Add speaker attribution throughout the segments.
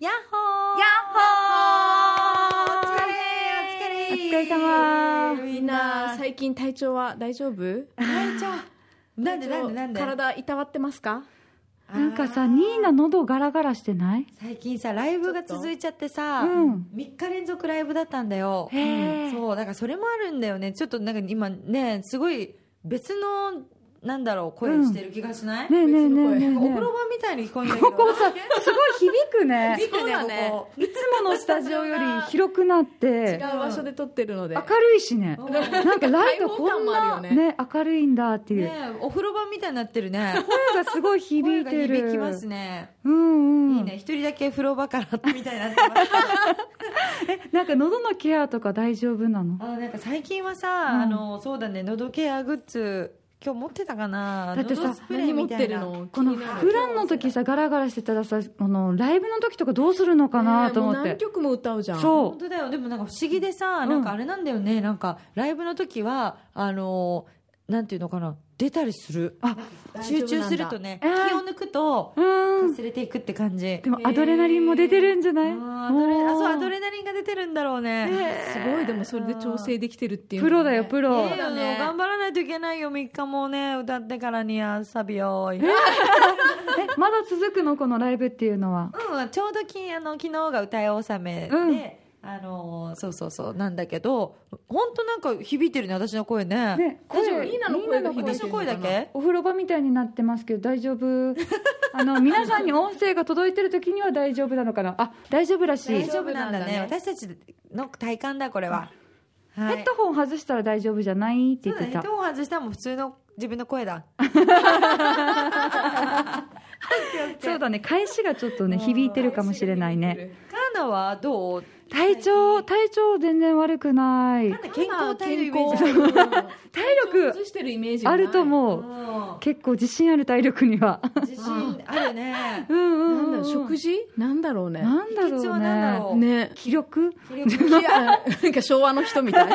Speaker 1: やっほー
Speaker 2: やっほー
Speaker 1: お疲れお疲
Speaker 2: お疲
Speaker 1: れ
Speaker 2: れ様
Speaker 1: み
Speaker 3: み
Speaker 1: ん
Speaker 3: ん
Speaker 1: な
Speaker 3: な
Speaker 1: 最
Speaker 3: 最近体調は大丈夫
Speaker 1: 大丈夫なんでなんでなんで
Speaker 3: 体いたわってますか
Speaker 2: なんか
Speaker 1: あ
Speaker 2: さ
Speaker 1: ー
Speaker 2: ニーナ喉ガラガラしてない
Speaker 1: 最近さライブが続いちゃってさ、
Speaker 2: うん
Speaker 1: 3日連続ライブだったんだよ
Speaker 2: へー
Speaker 1: そうだからそれもあるんだよねちょっとなんか今ねすごい別のなんだろう声してる気がしない、
Speaker 2: ねえねえねえねえ
Speaker 1: なんかお
Speaker 2: ね
Speaker 1: 風
Speaker 2: え
Speaker 1: 呂場みたいに聞こえるんだけど
Speaker 2: ここさすごい響くね
Speaker 1: 響くね
Speaker 3: そうだね
Speaker 1: ここ
Speaker 2: いつものスタジオより広くなって
Speaker 3: 違う場所で撮ってるので
Speaker 2: 明るいしね
Speaker 1: うん
Speaker 2: なんかライトこん
Speaker 3: 開放感も
Speaker 2: な
Speaker 3: あるよね
Speaker 2: ね明るいんだっていう
Speaker 1: ねえお風呂場みたいになってるね
Speaker 2: 声がすごい響
Speaker 1: 声
Speaker 2: い
Speaker 1: が
Speaker 2: てる
Speaker 1: 響きますね
Speaker 2: うんうん
Speaker 1: いいね一人だけ風呂場からみたいになって ます
Speaker 2: なんか喉のケアとか大丈夫なの
Speaker 1: あなんか最近はさ、
Speaker 2: ん
Speaker 1: あのそうだね喉ケアグッズ今日持ってたかな
Speaker 2: だってさ
Speaker 1: 喉スプレー
Speaker 3: 何持
Speaker 1: み
Speaker 3: った
Speaker 1: い
Speaker 3: てる
Speaker 1: な
Speaker 3: の
Speaker 2: この
Speaker 3: 気になる
Speaker 2: 普段の時さガラガラしてたらさこのライブの時とかどうするのかなと思
Speaker 3: ねえもう
Speaker 2: っ
Speaker 3: 何
Speaker 2: て
Speaker 3: 曲も歌うじゃん
Speaker 1: 本
Speaker 2: そ
Speaker 1: 当だよでもなんか不思議でさ、なんかあれなんだよねなんかライブの時はあのなんていうのかな出たりする
Speaker 2: あ
Speaker 1: 集中するとね気
Speaker 2: えー
Speaker 1: を抜くと
Speaker 2: ううん
Speaker 1: 忘れていくって感じ、
Speaker 2: でもアドレナリンも出てるんじゃない
Speaker 1: あーアドレあそうアド
Speaker 2: リ
Speaker 1: レナリンが出てるんだろうね、
Speaker 3: すごいでもそれで調整できてるっていう
Speaker 2: プロ
Speaker 3: のも
Speaker 2: だ
Speaker 3: ね
Speaker 2: よプロ、
Speaker 1: いいよね頑張らないといけないよ3日もね歌ってからにはサビよーい
Speaker 2: えまだ続くのこのライブっていうのは
Speaker 1: うん、ちょうどきあの昨日が歌い納めで、
Speaker 2: うん
Speaker 1: あのーそうそうそうなんだけど本当なんか響いてるね私の声ね
Speaker 2: ね
Speaker 1: 大丈夫
Speaker 2: 声
Speaker 3: ニーナの声が
Speaker 2: ニーナ
Speaker 3: 響い
Speaker 1: 私
Speaker 3: て
Speaker 1: の
Speaker 3: るの
Speaker 1: 声
Speaker 3: か
Speaker 1: だ
Speaker 3: な
Speaker 1: け
Speaker 2: お風呂場みたいになってますけど大丈 夫あの皆さんに音声が届いてる時には大丈夫なのかなあ大丈夫らしい
Speaker 1: 大丈夫なんだね
Speaker 3: 大丈夫なんだ
Speaker 1: 私たちの体感だこれは、はい
Speaker 2: ヘッドホン外したら大丈夫じゃないって
Speaker 1: そう
Speaker 2: 言っ
Speaker 1: だねヘ
Speaker 2: て
Speaker 1: ッ
Speaker 2: た
Speaker 1: ドホン外したらもう普通の自分の声だ
Speaker 2: そうだね返しがちょっとね響いてるかもしれないね
Speaker 1: カーナはどう
Speaker 2: 体調体調全然悪くない
Speaker 1: なんだ健康体のイメージ
Speaker 3: 健康
Speaker 2: 体力
Speaker 3: 崩してるイメージが
Speaker 2: あ
Speaker 3: ない
Speaker 2: ると思う
Speaker 1: うん
Speaker 2: 結構自信ある体力には
Speaker 1: 自信あるね
Speaker 2: うんう
Speaker 3: なんだ
Speaker 2: ん、う
Speaker 3: ろ
Speaker 2: ん、
Speaker 3: う食事なんだろう ね
Speaker 2: なんだろう
Speaker 1: 秘訣
Speaker 2: ね
Speaker 1: はなんだろう
Speaker 3: ね
Speaker 2: 気力
Speaker 3: 気合い なんか昭和の人みたい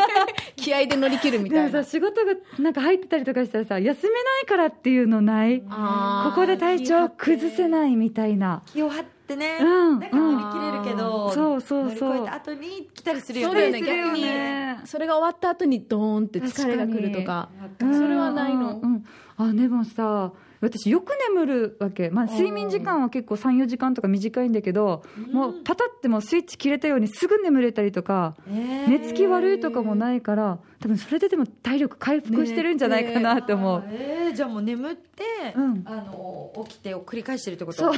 Speaker 3: 気合で乗り切るみ
Speaker 2: で
Speaker 3: た
Speaker 2: も
Speaker 3: いな
Speaker 2: さ仕事がなんか入ってたりとかしたらさ休めないからっていうのない
Speaker 3: あー
Speaker 2: ここで体調崩せないみたいな
Speaker 1: 気を張ってね、
Speaker 2: うん
Speaker 1: なんか乗り切れるけど、
Speaker 2: うんそうそうそう
Speaker 1: 乗り越えた後に来たりするよ
Speaker 3: そう
Speaker 1: ね
Speaker 3: だよね
Speaker 1: する
Speaker 3: 逆に
Speaker 2: ね
Speaker 3: それが終わった後にドーンって疲れが来るとか
Speaker 2: うん
Speaker 3: それはないの
Speaker 2: うんあでもさ私よく眠るわけ、まあ、睡眠時間は結構34時間とか短いんだけどもうパタってもうスイッチ切れたようにすぐ眠れたりとか
Speaker 1: ね
Speaker 2: 寝つき悪いとかもないから多分それででも体力回復してるんじゃないかなと思う、
Speaker 1: えーじゃあもう眠って、
Speaker 2: うん
Speaker 1: あの起きてを繰り返してるってこと
Speaker 2: そう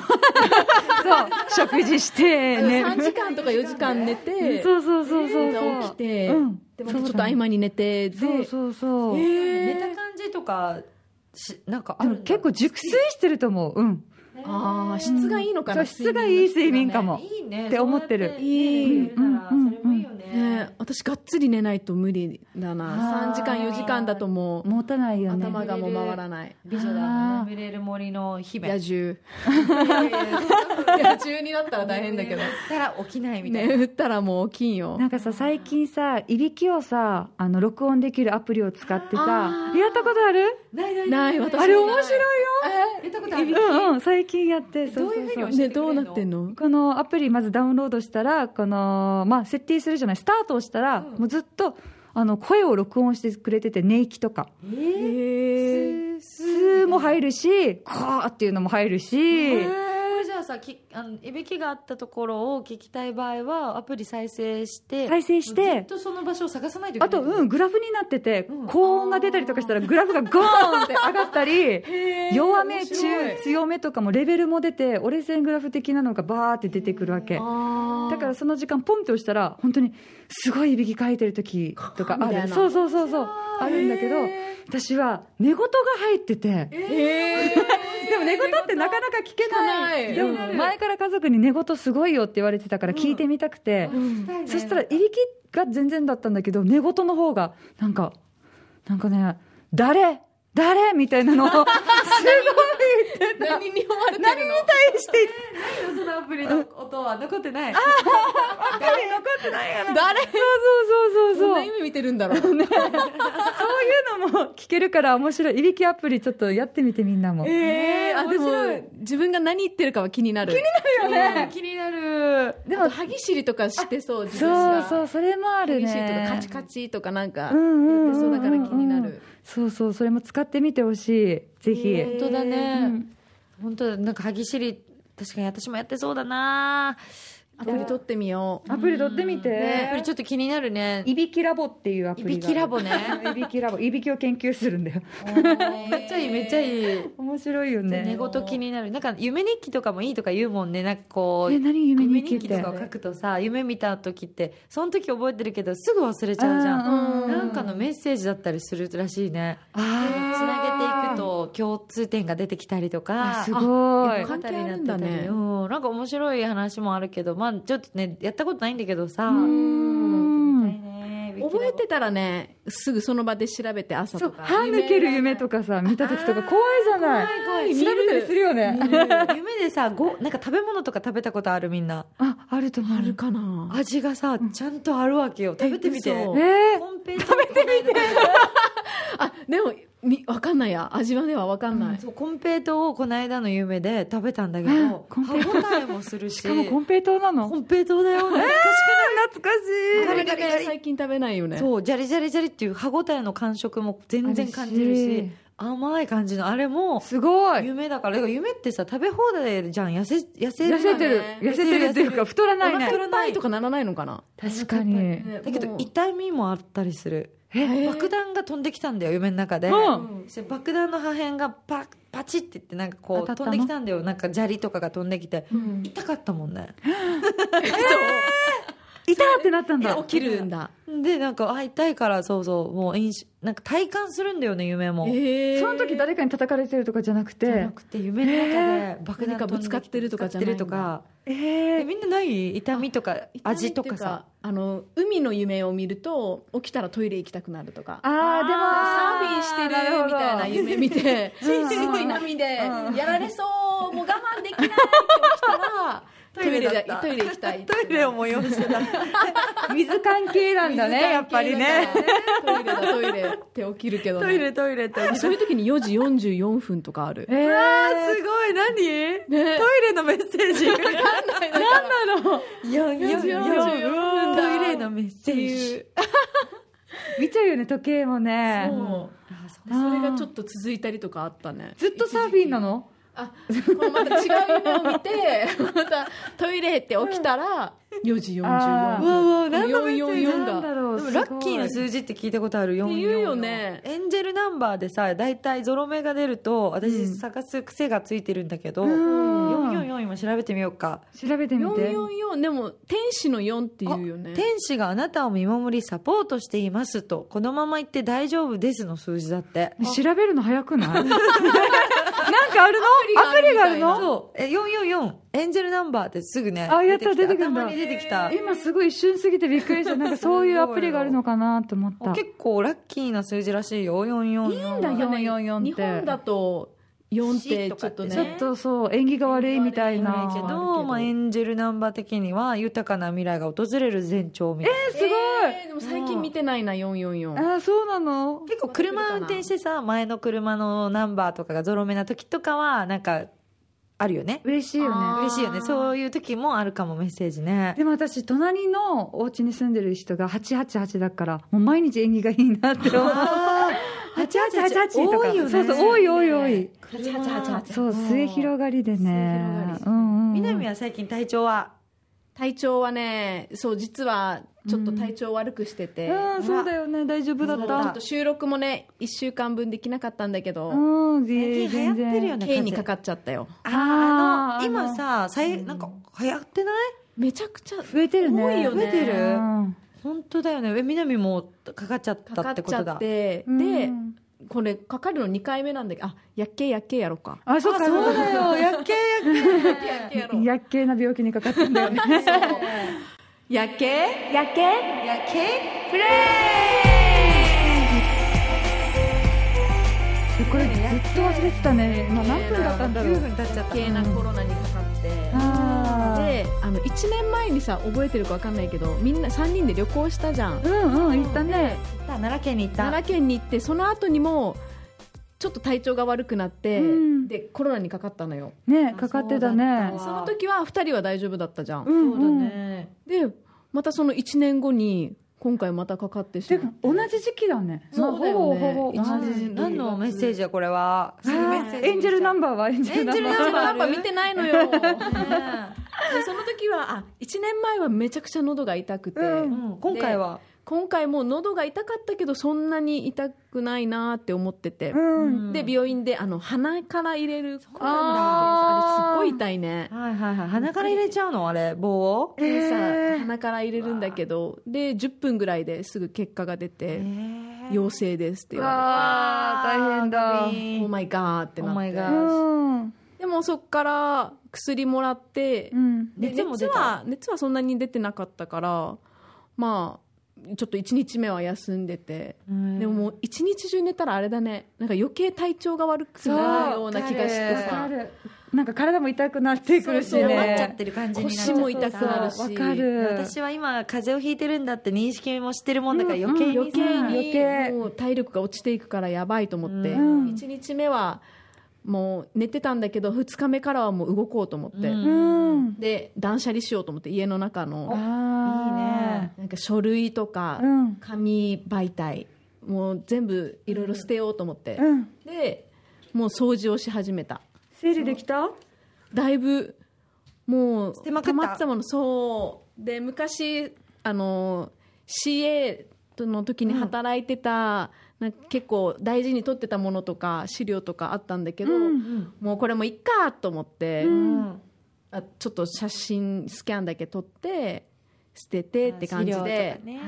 Speaker 2: そう食事 して寝
Speaker 3: 3時間とか4時間寝て
Speaker 2: そうそうそうそうそう
Speaker 3: 起きて、
Speaker 2: うん
Speaker 3: でまたちょっと合間に寝てで
Speaker 2: そうそうそう、
Speaker 1: 寝
Speaker 3: え
Speaker 1: た感じとかしなんかあ
Speaker 2: で
Speaker 1: る
Speaker 2: も
Speaker 1: んだ
Speaker 2: 結構熟睡してると思ううん
Speaker 1: ね
Speaker 3: ああ質がいいのか
Speaker 2: そ
Speaker 3: な、
Speaker 2: う質がいい睡眠かも
Speaker 1: いいね
Speaker 2: って思ってる
Speaker 1: そうやね
Speaker 3: いい
Speaker 1: 寝れるなら
Speaker 2: うん
Speaker 1: それもいいよね、
Speaker 3: ねえ私がっつり寝ないと無理だな
Speaker 2: あー
Speaker 3: 3時間4時間だとも
Speaker 2: 持たないうよね
Speaker 3: 頭がもう回らない
Speaker 1: 美女だ眠れる森の姫
Speaker 3: 野
Speaker 1: い
Speaker 3: 獣
Speaker 1: やいやいや
Speaker 3: 野獣になったら大変だけど
Speaker 1: たら起きないみたいな、
Speaker 3: ね打ったらもう起きんよ
Speaker 2: なんかさ最近さいびきをさあの録音できるアプリを使ってさ
Speaker 3: あー
Speaker 2: やったことある
Speaker 1: ないない
Speaker 3: ない私
Speaker 2: あれ面白い
Speaker 1: やったことある
Speaker 2: うんうん最近やってそうそうそう
Speaker 1: どういうふうに
Speaker 3: ねどうなってんの
Speaker 2: このアプリまずダウンロードしたらこの、まあ、設定するじゃないスタートをしたら、
Speaker 1: うん
Speaker 2: もうずっとあの声を録音してくれてて寝息とか
Speaker 1: えー
Speaker 3: へえ
Speaker 2: 「スー」も入るし「カー」っていうのも入るし、
Speaker 1: これじゃあさきあのいびきがあったところを聞きたい場合はアプリ再生して
Speaker 2: 再生
Speaker 1: ず
Speaker 2: し
Speaker 1: ってとその場所を探さないといけ
Speaker 2: あ
Speaker 1: ない
Speaker 2: と、うん、グラフになってて、
Speaker 1: うん
Speaker 2: 高音が出たりとかしたら、グラフがゴーンって上がったり、弱め、中、強めとかもレベルも出て、折れ線グラフ的なのがバーって出てくるわけ。
Speaker 3: あ
Speaker 2: だからその時間ポンって押したら、本当にすごいいびきかいてる時とか
Speaker 3: み
Speaker 2: あ
Speaker 3: たい
Speaker 2: る。
Speaker 3: な
Speaker 2: そうそうそうそう。あるんだけど、私は寝言が入ってて、
Speaker 3: え
Speaker 2: でも寝言ってなかなか聞けな
Speaker 3: 聞
Speaker 2: い。で
Speaker 3: けない
Speaker 2: も前から家族に寝言すごいよって言われてたから聞いてみたくて、そしたらいびきが全然だったんだけど寝言 の方がなんかなんかね誰誰みたいなのをす
Speaker 3: 何に追われてるの
Speaker 2: 何に対して
Speaker 1: 何よそのアプリの音は残ってない。
Speaker 2: 誰残ってないかな
Speaker 3: 誰
Speaker 2: そうそうそうそうそ
Speaker 3: どん
Speaker 2: う
Speaker 3: な夢見てるんだろ うね
Speaker 2: そういうのも聞けるから面白いいびきアプリちょっとやってみてみんなも、
Speaker 3: えあで
Speaker 1: 面白い
Speaker 3: も自分が何言ってるかは気になる気になる
Speaker 1: うん気になる。
Speaker 3: でも歯ぎしりとかしてそう自 分
Speaker 2: そう
Speaker 3: が
Speaker 2: そうそれもある
Speaker 3: 歯ぎしりと
Speaker 2: ね
Speaker 3: かカチカチとかなんか
Speaker 2: うんうんうんうん
Speaker 3: 言ってそうだから気になる
Speaker 2: そうそうそれも使ってみてほしいぜひ、
Speaker 1: 本当だ
Speaker 2: う
Speaker 1: ね。
Speaker 2: ん
Speaker 1: 本当だなんか歯ぎしり、確かに私もやってそうだな
Speaker 3: アプリ取ってみよう
Speaker 2: アプリ取ってみて、
Speaker 1: ねこれちょっと気になるね。
Speaker 2: いびきラボっていうアプ
Speaker 1: い
Speaker 2: リ
Speaker 1: び
Speaker 2: がある
Speaker 1: きラボね。
Speaker 2: いびきラボいびきを研究するんだよ
Speaker 1: めっちゃいい、めっちゃいい。
Speaker 2: 面白いよ
Speaker 1: 寝
Speaker 2: ね
Speaker 1: 言気になる。なんか夢日記とかもいいとか言うもんね。なんかこう
Speaker 2: え。何夢
Speaker 1: 夢
Speaker 2: 日記
Speaker 1: 日
Speaker 2: っ
Speaker 1: 記
Speaker 2: て
Speaker 1: とかを書くとさ夢見た時ってその時覚えてるけどすぐ忘れちゃうじゃん、
Speaker 2: あーうん
Speaker 1: なんかのメッセージだったりするらしいねつ
Speaker 2: あー
Speaker 1: なげていくと共通点が出てきたりとか
Speaker 2: あすご
Speaker 1: あ
Speaker 2: い
Speaker 1: よかったりなって
Speaker 3: 関係
Speaker 1: た
Speaker 3: あるんだ
Speaker 1: り
Speaker 3: ね
Speaker 1: うんなんか面白い話もあるけどまあちょっとねやったことないんだけどさ
Speaker 2: うん
Speaker 3: 覚えてたらねすぐその場で調べて朝
Speaker 2: そう
Speaker 3: とか
Speaker 2: 歯抜ける夢とかさ見た時とか怖いじゃない
Speaker 1: 怖い
Speaker 2: 調べたりするよ
Speaker 1: うん
Speaker 2: ね
Speaker 1: 夢でさごなんか食べ物とか食べたことあるみんな
Speaker 2: ああると思う
Speaker 3: あるかな
Speaker 1: 味がさちゃんとあるわけよ食べてみて
Speaker 3: え嘘
Speaker 2: ねえ
Speaker 1: コンペイ食べてみて
Speaker 3: あでもみわかんないや味はではわかんない
Speaker 1: そうコンペイトウをこの間の夢で食べたんだけ
Speaker 2: う
Speaker 1: ど
Speaker 2: んコンペイト
Speaker 1: 歯応えもするし
Speaker 2: しかもコンペイトーなの
Speaker 1: コンペイトウだよ懐か
Speaker 2: 懐かし
Speaker 1: しく
Speaker 3: こ
Speaker 1: ない
Speaker 3: れだけ最近食べないよね
Speaker 1: そうジャリジャリジャリっていう歯応えの感触も全然感じる
Speaker 2: ある
Speaker 1: し
Speaker 2: し
Speaker 1: 甘い感じのあれも
Speaker 2: すごい
Speaker 1: 夢だからだから夢ってさ食べ放題じゃん痩せ痩せる
Speaker 2: 痩せてる
Speaker 3: ね
Speaker 2: 痩せてるっていうか太ら
Speaker 3: お
Speaker 2: ない
Speaker 3: 腹
Speaker 2: ね
Speaker 3: いっぱいとかならないのかな
Speaker 2: 確かに
Speaker 3: ね
Speaker 1: だけ
Speaker 3: も
Speaker 1: ど
Speaker 3: う
Speaker 1: 痛みもあったりする
Speaker 3: え
Speaker 1: 爆弾が飛んできたんだよ夢の中で、
Speaker 2: うん
Speaker 3: うん
Speaker 1: そして爆弾の破片がパパチっていってなんかこ
Speaker 2: 当た
Speaker 1: う
Speaker 2: った
Speaker 1: 飛ん
Speaker 2: の
Speaker 1: できたんだよなんか砂利とかが飛んできて
Speaker 3: うん
Speaker 1: 痛かったもんね
Speaker 2: いたってなったんだ
Speaker 3: 起きるんだ
Speaker 1: でなんかあ痛いからそうそうもう飲酒なんか体感するんだよね夢も、
Speaker 3: え
Speaker 2: その時誰かに叩かれてるとかじゃなく
Speaker 1: じゃ
Speaker 2: て
Speaker 1: なくて夢の中で爆弾
Speaker 3: 何かぶつかってるとかじゃないんだ
Speaker 1: ぶつかってるとか
Speaker 2: え
Speaker 1: え
Speaker 2: ー
Speaker 1: みんなない痛みとか味とかさ
Speaker 3: あの海の夢を見ると起きたらトイレ行きたくなるとか
Speaker 2: あーでも
Speaker 3: サーフィンして
Speaker 2: なほ
Speaker 3: る
Speaker 2: ど
Speaker 3: みたいな夢見 てす
Speaker 2: うん
Speaker 3: ごい波で
Speaker 2: うん
Speaker 3: やられそうもう我慢できないって起きたらトイレでトイレ行きたい
Speaker 1: トイレを催して た
Speaker 2: 水関係なんだねやっぱりね
Speaker 3: トイレだトイレって起きるけどね
Speaker 1: トイレトイレって
Speaker 3: そういう時に4時44分とかある
Speaker 2: えー
Speaker 1: すごい何、
Speaker 3: ね
Speaker 1: トイレのメッセージ
Speaker 3: なんだろう
Speaker 1: 4 4
Speaker 3: 44
Speaker 1: 4
Speaker 3: 分
Speaker 1: ト
Speaker 3: だ
Speaker 1: イレのメッセ
Speaker 3: って
Speaker 1: ー
Speaker 3: い
Speaker 1: ジ
Speaker 3: う
Speaker 2: 見ちゃうよね時計もね
Speaker 3: そう
Speaker 1: あそう
Speaker 2: あー
Speaker 3: それがちょっと続いたりとかあったね
Speaker 2: ずっとサーフィンなの
Speaker 3: あこうまた違う夢を見てまたトイレって起きたら4時44
Speaker 2: あー
Speaker 1: うわ
Speaker 3: 分
Speaker 1: うわ何のメッセージ
Speaker 3: 444
Speaker 2: なんだ
Speaker 3: が
Speaker 2: ろう
Speaker 1: ですも
Speaker 2: ごい
Speaker 1: ラッキーな数字って聞いたことある4
Speaker 3: って言うよね
Speaker 1: エンジェルナンバーでさ大体ゾロ目が出ると私探す癖がついてるんだけど、
Speaker 2: うん
Speaker 1: 444今調べてみようか
Speaker 2: 調べてみて
Speaker 3: 444でも天使の4って言うよね
Speaker 1: 天使があなたを見守りサポートしていますとこのまま行って大丈夫ですの数字だって
Speaker 2: 調べるの早く ないなんかあるのアプリがあるの
Speaker 1: そうえ444エンジェルナンバーってすぐね
Speaker 2: あやった
Speaker 1: き
Speaker 2: 出てくるんだ
Speaker 1: 頭に出てきた
Speaker 2: 今すごい一瞬過ぎてびっくりしたなんかそういうアプリがあるのかなと思った
Speaker 1: 結構ラッキーな数字らしいよ444
Speaker 2: いいんだよ444って
Speaker 3: 日本だと4ってちょっと
Speaker 1: ね
Speaker 3: ね
Speaker 2: ちょっとそう縁起が悪いみたいな
Speaker 1: け
Speaker 3: け
Speaker 1: ど、
Speaker 3: ど
Speaker 1: まあ、エンジェルナンバー的には豊かな未来が訪れる前兆みたいな、
Speaker 2: えーすごい
Speaker 3: えーでも最近見てないな444
Speaker 2: あーそうなの
Speaker 1: 結構車運転してさ前の車のナンバーとかがゾロ目な時とかはなんかあるよね
Speaker 2: 嬉しいよ
Speaker 3: あー
Speaker 2: ね
Speaker 1: 嬉しいよねそういう時もあるかもメッセージ ね
Speaker 2: でも私隣のお家に住んでる人が888だからもう毎日縁起がいい なって思う8888とか
Speaker 1: 多いよね
Speaker 2: そうそう多い多い多い
Speaker 1: 8888
Speaker 2: そう末広がりでね
Speaker 3: 末広がり
Speaker 2: うんうんうん
Speaker 1: 南は最近体調は
Speaker 3: 体調はねそう実はちょっと体調悪くしてて、
Speaker 2: うんそうだよね大丈夫だ
Speaker 1: そう
Speaker 3: ちょ
Speaker 2: っ
Speaker 3: っと収録もね1週間分できなかったんだけ
Speaker 2: た
Speaker 3: ど、
Speaker 2: うん
Speaker 1: 最
Speaker 2: 全
Speaker 1: 近流行っ
Speaker 2: 然
Speaker 1: てるよね
Speaker 3: 刑にかかっちゃったよ
Speaker 1: あーあ
Speaker 2: あ
Speaker 1: の
Speaker 2: ー
Speaker 1: 今ささいなんか流行ってない
Speaker 3: めちゃくちゃ
Speaker 2: 増えてるね
Speaker 3: 多いよね
Speaker 1: 増えてる
Speaker 2: うん
Speaker 1: 本当だよねえ南もかかっちゃった
Speaker 3: か
Speaker 1: って
Speaker 3: かっ
Speaker 1: こ
Speaker 3: ちゃ
Speaker 1: と
Speaker 3: っ
Speaker 1: だ
Speaker 3: てでこれかかるの2回目なんだけどあやっけやっけやろう か
Speaker 2: あそう
Speaker 1: あ
Speaker 2: か
Speaker 1: そうだ よやっけやっけ
Speaker 3: やっけや
Speaker 2: やっけな病気にかかったんだよね
Speaker 3: やっけ
Speaker 2: やっけ
Speaker 1: やっけ
Speaker 2: プレイこれずっと忘れてたね、今何分だったんだろう
Speaker 1: 9。分経っちゃった
Speaker 3: 余計なコロナにかかって、
Speaker 2: あー
Speaker 3: であの1年前にさ覚えてるか分かんないけどみんな3人で旅行したじゃん
Speaker 2: うんうん、行ったね。
Speaker 1: 奈良県に行った
Speaker 3: 奈良県に行ってその後にもちょっと体調が悪くなって、
Speaker 2: うん
Speaker 3: でコロナにかかったのよ
Speaker 2: ね、かかってたね
Speaker 1: あ。
Speaker 3: その時は2人は大丈夫だったじゃん、
Speaker 2: ん
Speaker 1: そうだ。ね
Speaker 3: でまたその1年後に今回またかかってしてま
Speaker 2: か
Speaker 3: っ、て
Speaker 2: 同じ時期だね。
Speaker 3: そうだよね
Speaker 2: まあほぼほぼ
Speaker 3: 一
Speaker 2: 同
Speaker 3: 年
Speaker 2: じ時期。
Speaker 1: 何のメッセージやこれは
Speaker 2: あーエンジェルナンバーはエンジェルナ
Speaker 1: エ
Speaker 2: ンバ
Speaker 1: ン
Speaker 2: ー
Speaker 1: ジェルナンバー。
Speaker 3: ナンバー見てない のよ
Speaker 1: ね
Speaker 3: でその時はあ1年前はめちゃくちゃ喉が痛くて、
Speaker 2: う
Speaker 1: うんん今回は
Speaker 3: 今回もう喉が痛かったけどそんなに痛くないなーって思ってて、
Speaker 2: うん。
Speaker 3: で
Speaker 1: 容
Speaker 3: 病院であの鼻から入れるコロ
Speaker 1: なん
Speaker 2: だ
Speaker 3: ナウイルスあれすっごい痛いね
Speaker 1: はいはいはい鼻から入れちゃうのあれ棒を
Speaker 2: え
Speaker 3: でさ
Speaker 2: ー
Speaker 3: 鼻から入れるんだけどで10分ぐらいですぐ結果が出て、陽性ですって言わ
Speaker 2: わー大変だ。
Speaker 3: れて「オーマイガー」ってな
Speaker 1: Oh
Speaker 3: っ
Speaker 1: my
Speaker 3: て、
Speaker 1: God
Speaker 2: うん。
Speaker 3: でもそっから薬もらって、
Speaker 2: うん。
Speaker 3: で
Speaker 1: 熱も
Speaker 3: 熱
Speaker 1: 出た
Speaker 3: は熱はそんなに出てなかったからまあちょっと1日目は休んでて、で
Speaker 1: で
Speaker 3: ももう1日中寝たらあれだねなんか余計体調が悪くなるような気がして
Speaker 2: わか
Speaker 3: さ
Speaker 2: る。なんか体も痛くなってくるし
Speaker 3: そうそう
Speaker 1: なっちゃっ
Speaker 2: ね。
Speaker 1: てる感じになっちゃって
Speaker 3: 腰も痛くなるし
Speaker 2: わか
Speaker 1: で
Speaker 2: る。
Speaker 1: 私は今風邪をひいてるんだって認識もしてるもんだから余計
Speaker 2: うんうん
Speaker 1: に
Speaker 2: 余計
Speaker 1: さ
Speaker 2: に
Speaker 3: 余計もう体力が落ちていくからやばいと思って、
Speaker 1: うん
Speaker 3: 1日目はもう寝てたんだけど2日目からはもう動こうと思って、
Speaker 1: うん
Speaker 2: うん。
Speaker 3: で断捨離しようと思って家の中の
Speaker 2: あー
Speaker 1: いいね。
Speaker 3: なんか書類とか、
Speaker 2: うん。
Speaker 3: 紙媒体もう全部いろいろ捨てようと思って、
Speaker 2: うん。
Speaker 3: でもう掃除をし始めた
Speaker 2: 整理できた？
Speaker 3: だいぶもう
Speaker 1: てまくった
Speaker 3: 溜まってたものそうで昔あの CA の時に働いてた、なんか結構大事に取ってたものとか資料とかあったんだけど、
Speaker 2: うん
Speaker 1: うん
Speaker 3: もうこれもいっかと思って、
Speaker 2: うん
Speaker 3: あちょっと写真スキャンだけ撮って捨ててって感じで、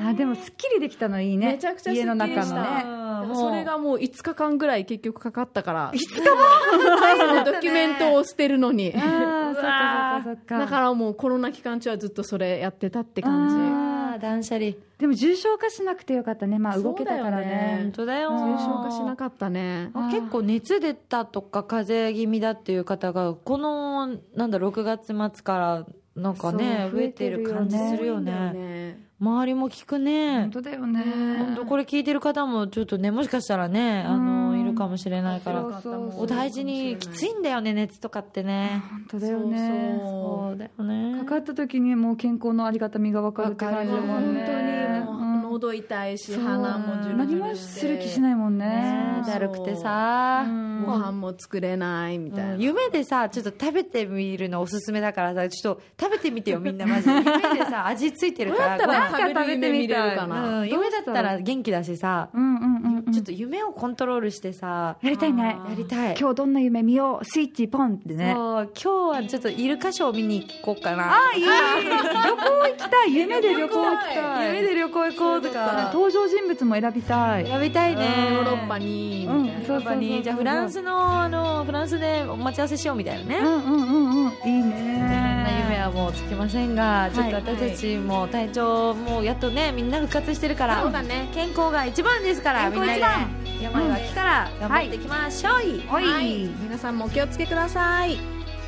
Speaker 2: あーでもすっきりできたのいいね。
Speaker 3: めちゃくちゃ
Speaker 2: 家の中
Speaker 3: すっきり
Speaker 2: の
Speaker 3: した
Speaker 2: ね。
Speaker 3: でも
Speaker 1: そ
Speaker 3: そ
Speaker 1: れ
Speaker 3: れ
Speaker 1: が
Speaker 3: がもう5日間ぐらい結局かかったから5日 もドキュメントを捨てるのに
Speaker 2: ああ、そっかそっかそっか。
Speaker 3: だからもうコロナ期間中はずっとそれやってたって
Speaker 2: あ
Speaker 3: 感
Speaker 1: あー断捨離
Speaker 2: でも重症化しなくてよかったね。まあ動けたから
Speaker 3: そ
Speaker 1: 本
Speaker 3: う
Speaker 2: ね。
Speaker 1: 当だよ
Speaker 2: 重
Speaker 3: じ重症化しなかったね
Speaker 1: あ結構熱出たとか風邪気味だっていう方がこのなんだ6月末からなんかね
Speaker 2: そう
Speaker 1: 増えてる感じ
Speaker 2: 増え
Speaker 1: す
Speaker 2: て
Speaker 1: るよ
Speaker 3: 多いんだ
Speaker 1: ね
Speaker 3: よね
Speaker 1: 周りも聞くね
Speaker 2: 本当だよね。
Speaker 1: 本当これ聞いてる方もちょっとねもしかしたらねあ
Speaker 2: う
Speaker 1: の
Speaker 2: ん
Speaker 1: いるかもしれないか
Speaker 2: そう
Speaker 1: ら
Speaker 2: そうそう
Speaker 1: お大事にきついんだよね熱とかってね
Speaker 2: 本当だよね。
Speaker 3: そう
Speaker 1: そうだよね
Speaker 2: かかった時にもう健康のありがたみがわかるって感じだもんね。
Speaker 1: わかる
Speaker 3: 本当に
Speaker 2: うん
Speaker 3: もう喉痛いし
Speaker 2: そう
Speaker 3: 鼻もジュルジュル
Speaker 2: 何もする気し
Speaker 3: い
Speaker 2: ないもんね
Speaker 1: ね
Speaker 3: そう
Speaker 1: だるくてさ
Speaker 2: うん
Speaker 3: ご飯も作れないみたいな、
Speaker 1: うん夢でさちょっと食べてみるのおすすめだからさちょっと食べてみてよみんなマジで夢でさ味ついてるから
Speaker 3: どうやったら
Speaker 2: なんか
Speaker 3: 食べる夢見れるか
Speaker 1: ご
Speaker 3: な
Speaker 1: 飯うん、
Speaker 2: どう
Speaker 1: 夢だ
Speaker 2: し
Speaker 1: ったた
Speaker 2: ら
Speaker 1: ら元気だしさ、
Speaker 2: うんうんうんうん
Speaker 1: ちょっと夢をコントロールしてさ
Speaker 2: やりたいね
Speaker 1: やりたい
Speaker 2: 今日どんな夢見ようスイッチポンってね
Speaker 1: そう今日はちょっとイルカショー見に行こうかな
Speaker 2: あいい旅行行きたい夢で旅行行きたい
Speaker 1: 夢で旅行行こうとか
Speaker 2: 登場人物も選びたい
Speaker 1: 選びたいね
Speaker 3: ヨーロッパにみたいな、
Speaker 2: うん
Speaker 1: ヨ
Speaker 2: そ
Speaker 1: ー
Speaker 2: う
Speaker 1: ロッパにじゃあフランスのあのフランスでお待ち合わせしようみたいなね、
Speaker 2: うんうんうんうんいい
Speaker 1: そんな夢
Speaker 2: ね
Speaker 1: はもうつきませんが、ちょっと
Speaker 2: はい
Speaker 1: 私たちも体調もやっとねみんな復活してるから
Speaker 3: そうだね
Speaker 1: 健康が一番ですからみん
Speaker 2: 健
Speaker 1: な
Speaker 2: 康
Speaker 1: で
Speaker 2: 一番
Speaker 1: 病は気から頑張っていきましょう、い
Speaker 2: おい、
Speaker 3: はい、皆さんもお気をつけください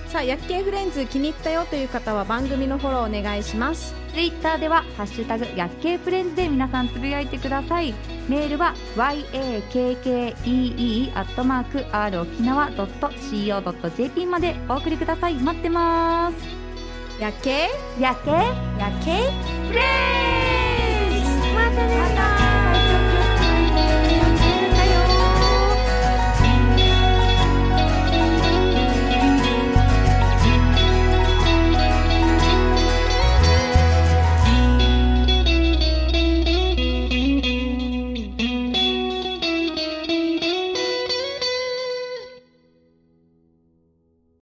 Speaker 3: さあ薬系フレンズ気に入ったよという方は番組のフォローお願いします
Speaker 2: ツイッターでは「ハッシュタグ薬系フレンズ」で皆さんつぶやいてくださいメールは yakkee.r-okinawa.co.jp までお送りください待ってます
Speaker 3: 薬系
Speaker 2: 薬系
Speaker 1: やけフレーズまたね